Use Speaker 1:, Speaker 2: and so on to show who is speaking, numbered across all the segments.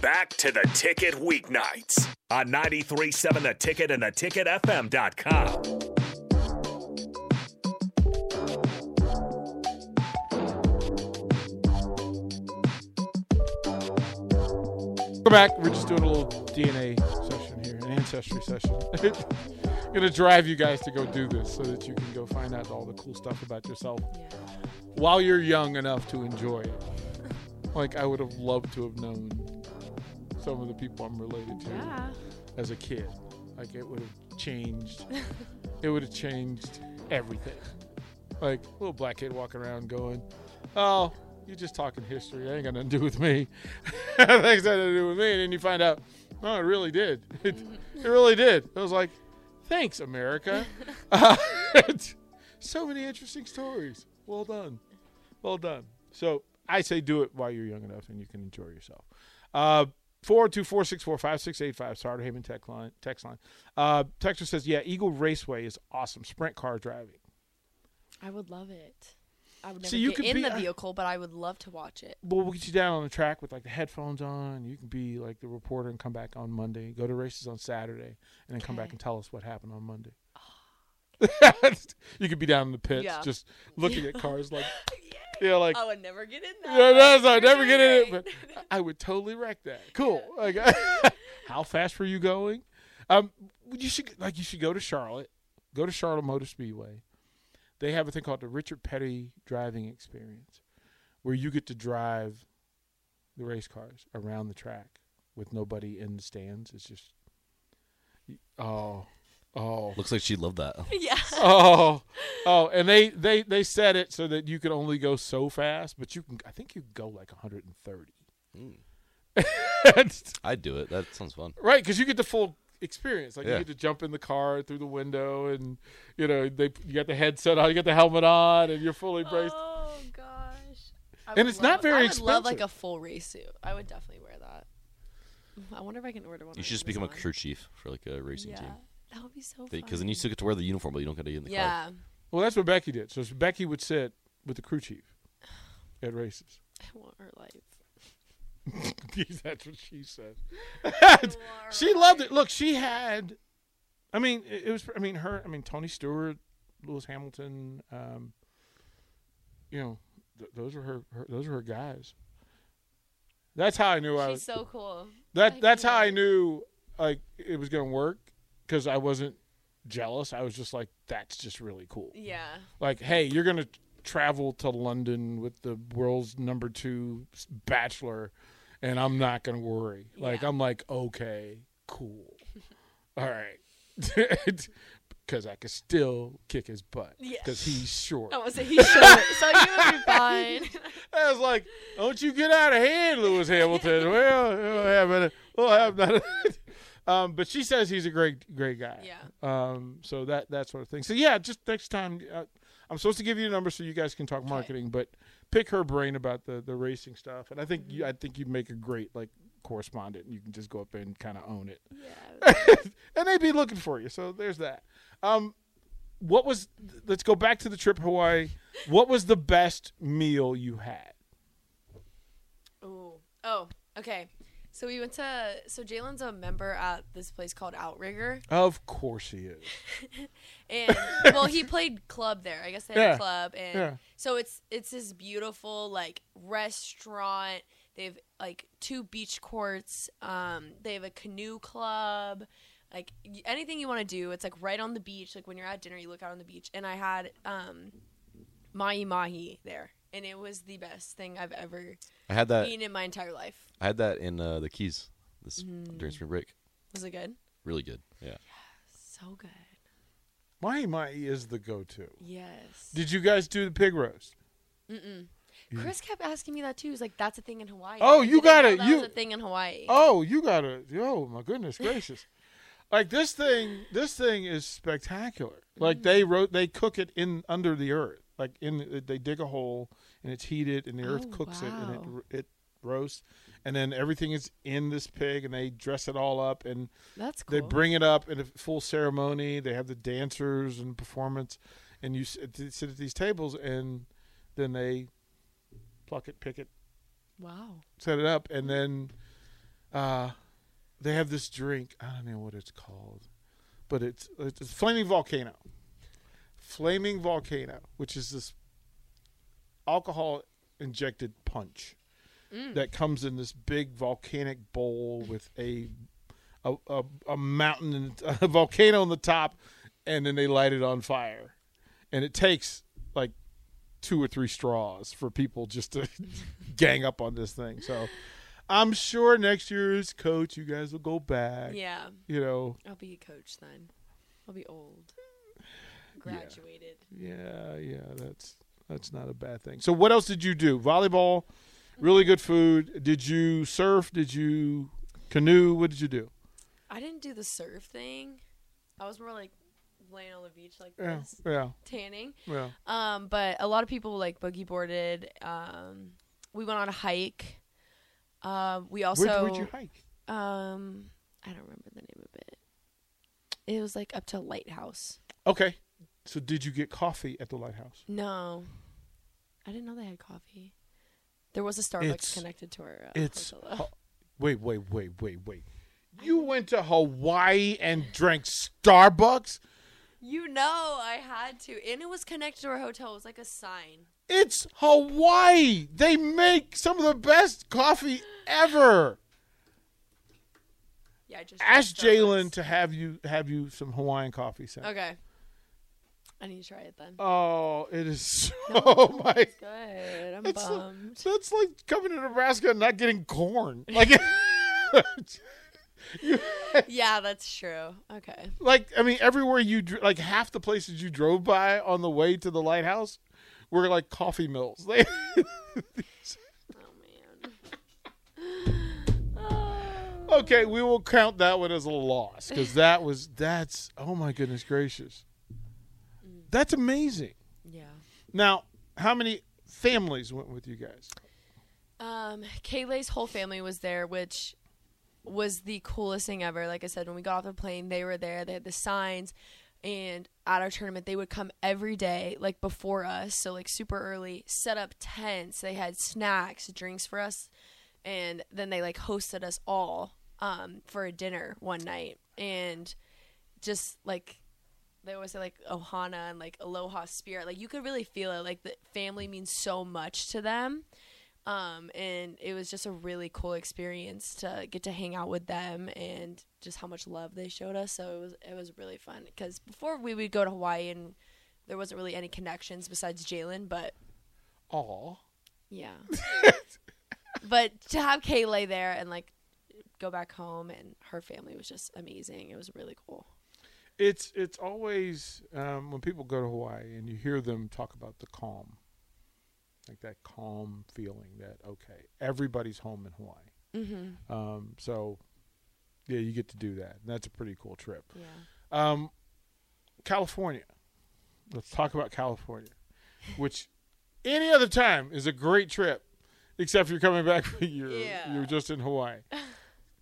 Speaker 1: back to the ticket weeknights on 937 the ticket and the ticketfm.com.
Speaker 2: We're back. We're just doing a little DNA session here, an ancestry session. Gonna drive you guys to go do this so that you can go find out all the cool stuff about yourself while you're young enough to enjoy it. Like I would have loved to have known some of the people I'm related to
Speaker 3: Yeah.
Speaker 2: as a kid. Like it would have changed. it would have changed everything. Like little black kid walking around going, "Oh, you're just talking history. That ain't got nothing to do with me. That's got nothing to do with me." And then you find out, no, it really did. It, it really did. It was like, thanks, America. Uh, so many interesting stories. Well done. Well done. So I say do it while you're young enough and you can enjoy yourself. Uh, 424-645-6685, Sartor Haven tech line, text line. Uh, Texter says, yeah, Eagle Raceway is awesome. Sprint car driving.
Speaker 3: I would love it. I would never
Speaker 2: See, you
Speaker 3: get
Speaker 2: could
Speaker 3: in
Speaker 2: be-
Speaker 3: the
Speaker 2: I-
Speaker 3: vehicle, but I would love to watch it.
Speaker 2: Well, we'll get you down on the track with like the headphones on. You can be like the reporter and come back on Monday. Go to races on Saturday and then come back
Speaker 3: Okay. Oh.
Speaker 2: and tell us what happened on Monday. you could be down in the pits
Speaker 3: Yeah.
Speaker 2: just looking at cars like, yeah, like,
Speaker 3: I would Oh, never get in that.
Speaker 2: Yeah, that's I
Speaker 3: You're
Speaker 2: never
Speaker 3: doing
Speaker 2: get in it,
Speaker 3: great.
Speaker 2: but I I would totally wreck that. Cool. Like, how fast were you going? Um, you should like you should go to Charlotte, go to Charlotte Motor Speedway. They have a thing called the Richard Petty Driving Experience, where you get to drive the race cars around the track with nobody in the stands. It's just, oh, oh,
Speaker 4: Looks like she loved that.
Speaker 3: yeah.
Speaker 2: oh, oh, and they they they set it so that you could only go so fast, but you can. I think you go like 130.
Speaker 4: I'd do it. That sounds fun.
Speaker 2: right, because you get the full experience. Like you
Speaker 4: Yeah.
Speaker 2: get to jump in the car through the window, and you know they you got the headset on, you got the helmet on, and you're fully braced.
Speaker 3: Oh gosh. I
Speaker 2: And
Speaker 3: would
Speaker 2: it's not
Speaker 3: love-
Speaker 2: very
Speaker 3: I would love like a
Speaker 2: expensive.
Speaker 3: full race suit. I would definitely wear that. Mm, I wonder if I can order one.
Speaker 4: You
Speaker 3: on
Speaker 4: should just become a
Speaker 3: Amazon.
Speaker 4: crew chief for like a racing
Speaker 3: Yeah,
Speaker 4: team.
Speaker 3: that would be so.
Speaker 4: Because then
Speaker 3: fun.
Speaker 4: you still get to wear the uniform, but you don't get to be in the car.
Speaker 3: Yeah,
Speaker 2: Well, that's what Becky did. So Becky would sit with the crew chief at races.
Speaker 3: I want her life.
Speaker 2: that's what she said. she loved it. Look, she had. I mean, it it was. I mean, her. I mean, Tony Stewart, Lewis Hamilton. Um, you know, th- those were her, her. Those were her guys. That's how I knew I
Speaker 3: She's
Speaker 2: was.
Speaker 3: so cool.
Speaker 2: that
Speaker 3: I
Speaker 2: that's
Speaker 3: get
Speaker 2: how I
Speaker 3: it.
Speaker 2: knew like it was gonna work because I wasn't jealous. I was just like, that's just really cool.
Speaker 3: Yeah.
Speaker 2: Like, hey, you're gonna travel to London with the world's number two s- bachelor, and I'm not gonna worry. Like,
Speaker 3: Yeah.
Speaker 2: I'm like, okay, cool, all right, because I could still kick his butt
Speaker 3: Yeah.
Speaker 2: because he's short.
Speaker 3: I want to say he's short, so you would be fine.
Speaker 2: I was like, "Don't you get out of hand, Lewis Hamilton." well, we'll have it. We'll have that. um, but she says he's a great, great guy.
Speaker 3: Yeah.
Speaker 2: Um, so that that sort of thing. So yeah, just next time, uh, I'm supposed to give you a number so you guys can talk marketing, but pick her brain about the the racing stuff. And I think you, I think you'd make a great like correspondent. You can just go up there and kind of own it,
Speaker 3: Yeah.
Speaker 2: and they'd be looking for you. So there's that. Um, what was? Let's go back to the trip to Hawaii. What was the best meal you had?
Speaker 3: Ooh. Oh. Okay. So we went to. So Jalen's a member at this place called Outrigger,
Speaker 2: Of course he is.
Speaker 3: and well, he played club there. I guess they had
Speaker 2: Yeah.
Speaker 3: a club, and
Speaker 2: Yeah.
Speaker 3: so it's it's this beautiful like restaurant. They have like two beach courts. Um, they have a canoe club. Like y- anything you want to do, it's like right on the beach. Like when you're at dinner, you look out on the beach. And I had um, mahi mahi there, and it was the best thing I've ever
Speaker 4: I had
Speaker 2: Uh,
Speaker 4: that.
Speaker 3: eaten in my entire life.
Speaker 4: I had that in uh, the Keys this during spring break.
Speaker 3: Was it good?
Speaker 4: Really good. Yeah.
Speaker 3: So good.
Speaker 2: Mahi Mahi is the go-to.
Speaker 3: Yes.
Speaker 2: Did you guys do the pig roast?
Speaker 3: Chris kept asking me that too. He's like, "That's a thing in Hawaii."
Speaker 2: Oh,
Speaker 3: I
Speaker 2: you
Speaker 3: didn't
Speaker 2: got
Speaker 3: know
Speaker 2: it.
Speaker 3: That
Speaker 2: You-
Speaker 3: was a thing in Hawaii.
Speaker 2: Oh, you gotta. Oh my goodness gracious! like this thing, this thing is spectacular. Like they
Speaker 3: Mm.
Speaker 2: wrote, they cook it in under the earth. Like in, they dig a hole and it's heated, and the earth
Speaker 3: Oh,
Speaker 2: cooks it, and it
Speaker 3: wow.
Speaker 2: it roasts, and then everything is in this pig, and they dress it all up, and
Speaker 3: That's
Speaker 2: they bring it up in a full ceremony. They have the dancers and performance, and you sit, sit at these tables, and then they pluck it, pick it,
Speaker 3: wow.
Speaker 2: set it up, and then uh, they have this drink. I don't know what it's called, but it's it's a flaming volcano, flaming volcano, which is this alcohol injected punch that comes in this big volcanic bowl with a a, a, a mountain and a volcano on the top, and then they light it on fire, and it takes like two or three straws for people just to gang up on this thing. So I'm sure next year's coach, you guys will go back.
Speaker 3: Yeah,
Speaker 2: You know,
Speaker 3: I'll be a coach then. I'll be old, graduated.
Speaker 2: yeah, yeah, that's that's not a bad thing. So what else did you do? Volleyball, really good food. Did you surf? Did you canoe? What did you do?
Speaker 3: I didn't do the surf thing. I was more like laying on the beach like
Speaker 2: Yeah,
Speaker 3: this,
Speaker 2: yeah,
Speaker 3: tanning.
Speaker 2: yeah.
Speaker 3: Um, but a lot of people like boogie boarded. Um, we went on a hike. Um, we also
Speaker 2: Where'd, where'd you hike?
Speaker 3: um, I don't remember the name of it. It was like up to Lighthouse.
Speaker 2: Okay. So did you get coffee at the lighthouse?
Speaker 3: No, I didn't know they had coffee. There was a Starbucks
Speaker 2: It's-
Speaker 3: connected to our. Uh,
Speaker 2: It's
Speaker 3: hotel, though.
Speaker 2: ho- wait, wait, wait, wait, wait. You went to Hawaii and drank Starbucks?
Speaker 3: You know, I had to, and it was connected to our hotel. It was like a sign.
Speaker 2: It's Hawaii. They make some of the best coffee ever.
Speaker 3: Yeah, I just
Speaker 2: Ask
Speaker 3: tried
Speaker 2: Jalen
Speaker 3: Starbucks.
Speaker 2: to have you have you some Hawaiian coffee. Sam.
Speaker 3: Okay, I need to try it then.
Speaker 2: Oh, it is so oh my.
Speaker 3: Good, I'm
Speaker 2: It's so-
Speaker 3: bummed.
Speaker 2: That's like coming to Nebraska and not getting corn. Like,
Speaker 3: yeah, that's true. Okay,
Speaker 2: like I mean, everywhere you dr- like half the places you drove by on the way to the lighthouse were like coffee mills. They,
Speaker 3: oh man. Oh.
Speaker 2: okay, we will count that one as a loss because that was that's oh my goodness gracious, that's amazing.
Speaker 3: yeah.
Speaker 2: Now, how many families went with you guys?
Speaker 3: Um, Kaylee's whole family was there, which was the coolest thing ever. Like I said, when we got off the plane, they were there. They had the signs, and at our tournament, they would come every day, like before us, so like super early. Set up tents. They had snacks, drinks for us, and then they like hosted us all um, for a dinner one night, and just like they always say like ohana and like aloha spirit like you could really feel it like the family means so much to them um and it was just a really cool experience to get to hang out with them and just how much love they showed us so it was it was really fun because before we would go to hawaii and there wasn't really any connections besides jalen but
Speaker 2: Aw.
Speaker 3: yeah but to have kayla there and like go back home and her family was just amazing it was really cool
Speaker 2: It's it's always um, when people go to Hawaii and you hear them talk about the calm, like that calm feeling that okay, everybody's home in Hawaii.
Speaker 3: mm-hmm
Speaker 2: Um, so yeah, you get to do that. And that's a pretty cool trip.
Speaker 3: yeah
Speaker 2: Um, California. Let's talk about California, which any other time is a great trip, except if you're coming back. for You're
Speaker 3: Yeah.
Speaker 2: you're just in Hawaii.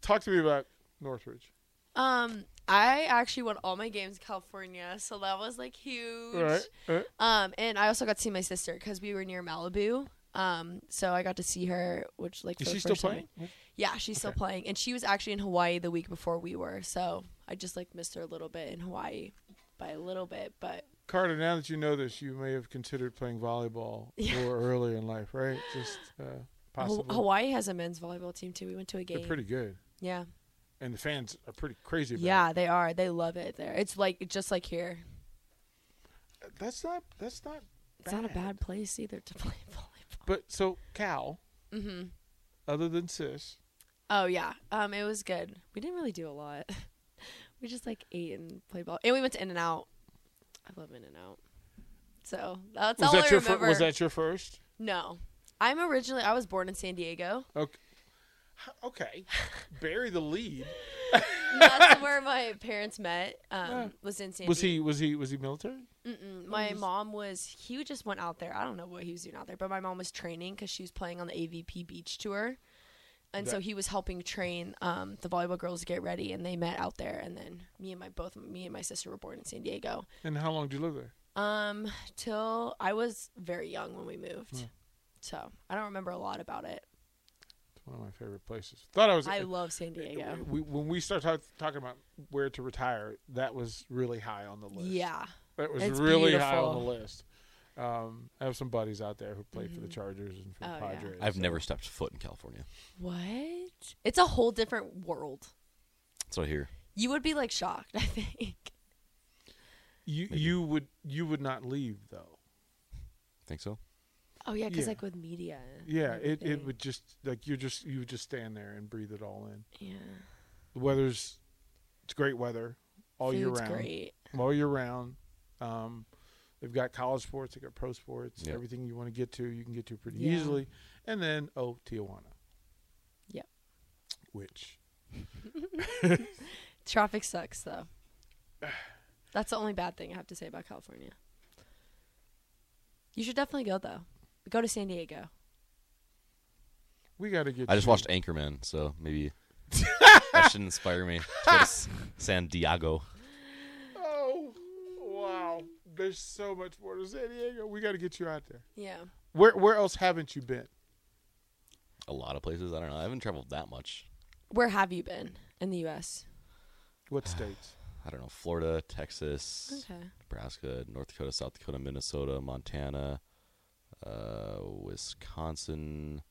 Speaker 2: Talk to me about Northridge.
Speaker 3: Um, I actually won all my games in California, so that was like huge.
Speaker 2: All right. Uh,
Speaker 3: Um, and I also got to see my sister because we were near Malibu. Um, so I got to see her, which like
Speaker 2: is
Speaker 3: for
Speaker 2: she
Speaker 3: the
Speaker 2: still
Speaker 3: first time.
Speaker 2: playing?
Speaker 3: Yeah, she's still
Speaker 2: Okay.
Speaker 3: playing, and she was actually in Hawaii the week before we were. So I just like missed her a little bit in Hawaii, by a little bit, but
Speaker 2: Carter, now that you know this, you may have considered playing volleyball
Speaker 3: Yeah.
Speaker 2: more earlier in life, right? Just uh,
Speaker 3: Ho-
Speaker 2: possibly.
Speaker 3: Hawaii has a men's volleyball team too. We went to a
Speaker 2: They're
Speaker 3: game.
Speaker 2: pretty good,
Speaker 3: yeah,
Speaker 2: and the fans are pretty crazy. About
Speaker 3: yeah, they are. They love it there. It's like just like here.
Speaker 2: it. that's not that's not
Speaker 3: It's not a bad place either to play volleyball.
Speaker 2: But so Cal,
Speaker 3: Mm-hmm.
Speaker 2: other than sis,
Speaker 3: Oh yeah, um, it was good. We didn't really do a lot. we just like ate and played ball, and we went to In and Out. I love In and Out. So that's
Speaker 2: was
Speaker 3: all
Speaker 2: that
Speaker 3: I
Speaker 2: your
Speaker 3: remember.
Speaker 2: was that your first?
Speaker 3: no, I'm originally I was born in San Diego.
Speaker 2: Okay, okay, bury the lead.
Speaker 3: That's where my parents met. Um,
Speaker 2: Yeah.
Speaker 3: was in San.
Speaker 2: Was
Speaker 3: Diego.
Speaker 2: he was he was he military?
Speaker 3: Mm-mm. My mom was. He just went out there. I don't know what he was doing out there, but my mom was training because she was playing on the AVP beach tour, and so
Speaker 2: That-
Speaker 3: he was helping train um, the volleyball girls to get ready, and they met out there. And then me and my both me and my sister were born in San Diego.
Speaker 2: And how long did you live there?
Speaker 3: Um, till
Speaker 2: Hmm.
Speaker 3: I was very young when we moved,
Speaker 2: Yeah.
Speaker 3: so I don't remember a lot about it.
Speaker 2: One of my favorite places. Thought I was.
Speaker 3: I love San Diego.
Speaker 2: we, when we start talk, talking about where to retire, that was really high on the list.
Speaker 3: Yeah.
Speaker 2: that was
Speaker 3: it's
Speaker 2: really high on the
Speaker 3: beautiful.
Speaker 2: list. Um, I have some buddies out there who play for the Chargers and for
Speaker 3: Oh,
Speaker 2: the
Speaker 3: yeah.
Speaker 2: Padres.
Speaker 4: I've
Speaker 2: so-
Speaker 4: never stepped foot in California.
Speaker 3: What? It's a whole different world.
Speaker 4: That's what I hear.
Speaker 3: You would be like shocked, I think.
Speaker 2: You you would you would not leave though.
Speaker 4: Think so?
Speaker 3: Oh yeah, because
Speaker 2: Yeah.
Speaker 3: like with media. and
Speaker 2: Yeah, it, it
Speaker 3: everything.
Speaker 2: would just like you just you would just stand there and breathe it all in.
Speaker 3: Yeah.
Speaker 2: The weather's it's great weather all year
Speaker 3: Food's
Speaker 2: round.
Speaker 3: Great.
Speaker 2: All year round. Um, they've got college sports, they've got pro sports,
Speaker 4: Yeah.
Speaker 2: everything you want to get to, you can get to pretty
Speaker 3: Yeah.
Speaker 2: easily. And then oh Tijuana.
Speaker 3: Yep.
Speaker 2: Which
Speaker 3: Traffic sucks though. That's the only bad thing I have to say about California. You should definitely go though. Go to San Diego.
Speaker 2: we gotta get
Speaker 4: I just
Speaker 2: you-
Speaker 4: watched Anchorman, so maybe that should inspire me. To go to S- San Diego.
Speaker 2: Oh wow. There's so much more to San Diego. We gotta get you out there.
Speaker 3: Yeah.
Speaker 2: Where where else haven't you been?
Speaker 4: A lot of places. I don't know. I haven't traveled that much.
Speaker 3: Where have you been in the U.S.?
Speaker 2: What states?
Speaker 4: I don't know. Florida, Texas,
Speaker 3: Okay.
Speaker 4: Nebraska, North Dakota, South Dakota, Minnesota, Montana, uh, Wisconsin.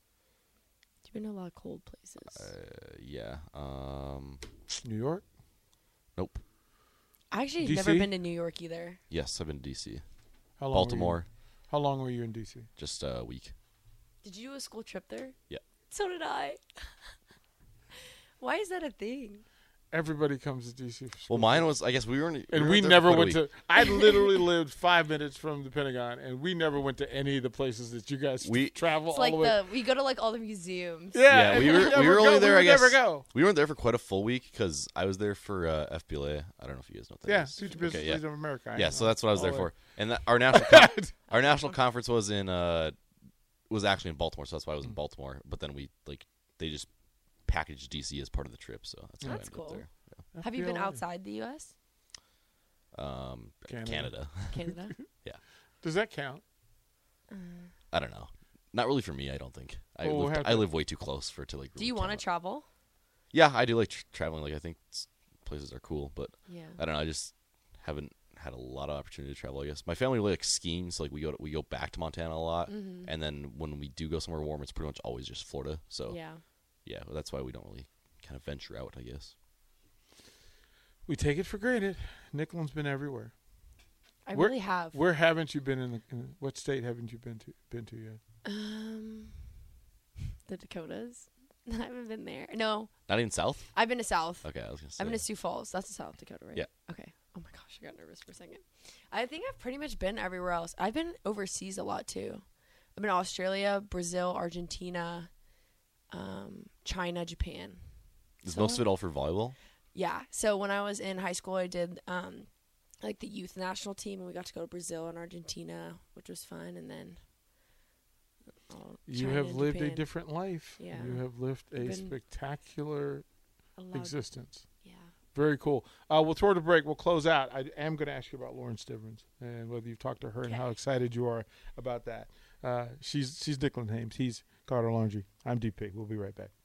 Speaker 3: You've been to a lot of cold places.
Speaker 4: Uh, yeah. Um,
Speaker 2: New York?
Speaker 4: nope.
Speaker 3: I actually have
Speaker 2: DC?
Speaker 3: never been to New York either.
Speaker 4: Yes, I've been to DC.
Speaker 2: How long were you-
Speaker 4: Baltimore.
Speaker 2: How long were you in DC?
Speaker 4: Just a week.
Speaker 3: Did you do a school trip there?
Speaker 4: Yeah.
Speaker 3: So did I. Why is that a thing?
Speaker 2: Everybody comes to DC. For school.
Speaker 4: Well, mine was. I guess we weren't.
Speaker 2: and
Speaker 4: weren't
Speaker 2: we
Speaker 4: there for
Speaker 2: never
Speaker 4: quite a
Speaker 2: went
Speaker 4: week.
Speaker 2: to. I literally lived five minutes from the Pentagon, and we never went to any of the places that you guys
Speaker 4: We-
Speaker 2: travel
Speaker 3: It's
Speaker 2: all
Speaker 3: like
Speaker 2: the way.
Speaker 3: the we go to like all the museums.
Speaker 2: yeah,
Speaker 4: Yeah,
Speaker 2: and
Speaker 4: we were we
Speaker 2: never
Speaker 4: were
Speaker 2: go-
Speaker 4: only there.
Speaker 2: would
Speaker 4: I guess
Speaker 2: never go.
Speaker 4: we weren't there for quite a full week because I was there for uh, FBLA. I don't know if you guys know what that.
Speaker 2: Yeah,
Speaker 4: is.
Speaker 2: Future Business
Speaker 4: yeah.
Speaker 2: Leads of America. I
Speaker 4: yeah,
Speaker 2: know.
Speaker 4: so that's what I was there
Speaker 2: Oh,
Speaker 4: for. And that, our national con- our national conference was in uh was actually in Baltimore, so that's why I was
Speaker 2: Mm.
Speaker 4: in Baltimore. But then we like they just packaged DC as part of the trip, so that's, how I
Speaker 3: That's
Speaker 4: ended up
Speaker 3: cool.
Speaker 4: there.
Speaker 3: Have you been
Speaker 2: FBLA.
Speaker 3: outside the U.S.?
Speaker 4: Um,
Speaker 2: Canada.
Speaker 4: Canada.
Speaker 3: Canada?
Speaker 2: Does that count?
Speaker 4: I don't know. Not really for me. I don't think. I,
Speaker 2: Well, we'll
Speaker 4: lived-
Speaker 2: have
Speaker 4: I
Speaker 2: to-
Speaker 4: live way too close for it to like.
Speaker 3: do you want to
Speaker 4: to?
Speaker 3: travel?
Speaker 4: yeah, I do like tr- traveling. Like I think s- places are cool, but
Speaker 3: Yeah.
Speaker 4: I don't know. I just haven't had a lot of opportunity to travel. I guess my family really likes skiing, so like we go to, we go back to Montana a lot, and then when we do go somewhere warm, it's pretty much always just Florida. So yeah,
Speaker 3: Yeah.
Speaker 4: well, that's why we don't really kind of venture out. I guess
Speaker 2: We take it for granted. Nicolin's been everywhere.
Speaker 3: I
Speaker 2: Where-
Speaker 3: really have.
Speaker 2: Where haven't you been in, the, in what state haven't you been to been to yet?
Speaker 3: Um, the Dakotas. I haven't been there. No,
Speaker 4: not even south.
Speaker 3: I've been to South.
Speaker 4: Okay, I was gonna say.
Speaker 3: I've been to Sioux Falls. That's in South Dakota, right?
Speaker 4: Yeah.
Speaker 3: Okay. Oh my gosh, I got nervous for a second. I think I've pretty much been everywhere else. I've been overseas a lot too. I've been to Australia, Brazil, Argentina, um, China, Japan.
Speaker 4: Is most of it all for volleyball?
Speaker 3: Yeah. So when I was in high school, I did um, like the youth national team, and we got to go to Brazil and Argentina, which was fun. And then oh,
Speaker 2: You
Speaker 3: China
Speaker 2: have
Speaker 3: and
Speaker 2: lived a
Speaker 3: Japan.
Speaker 2: different life.
Speaker 3: Yeah.
Speaker 2: You have lived a
Speaker 3: Been-
Speaker 2: spectacular
Speaker 3: A lot-
Speaker 2: existence.
Speaker 3: Yeah.
Speaker 2: Very cool. Uh, we'll throw to break. We'll close out. I am going to ask you about Lauren Stivens and whether you've talked to her and how excited you are about that. Uh, she's she's Nicklin Hames. He's Carter Longy. I'm DP. We'll be right back.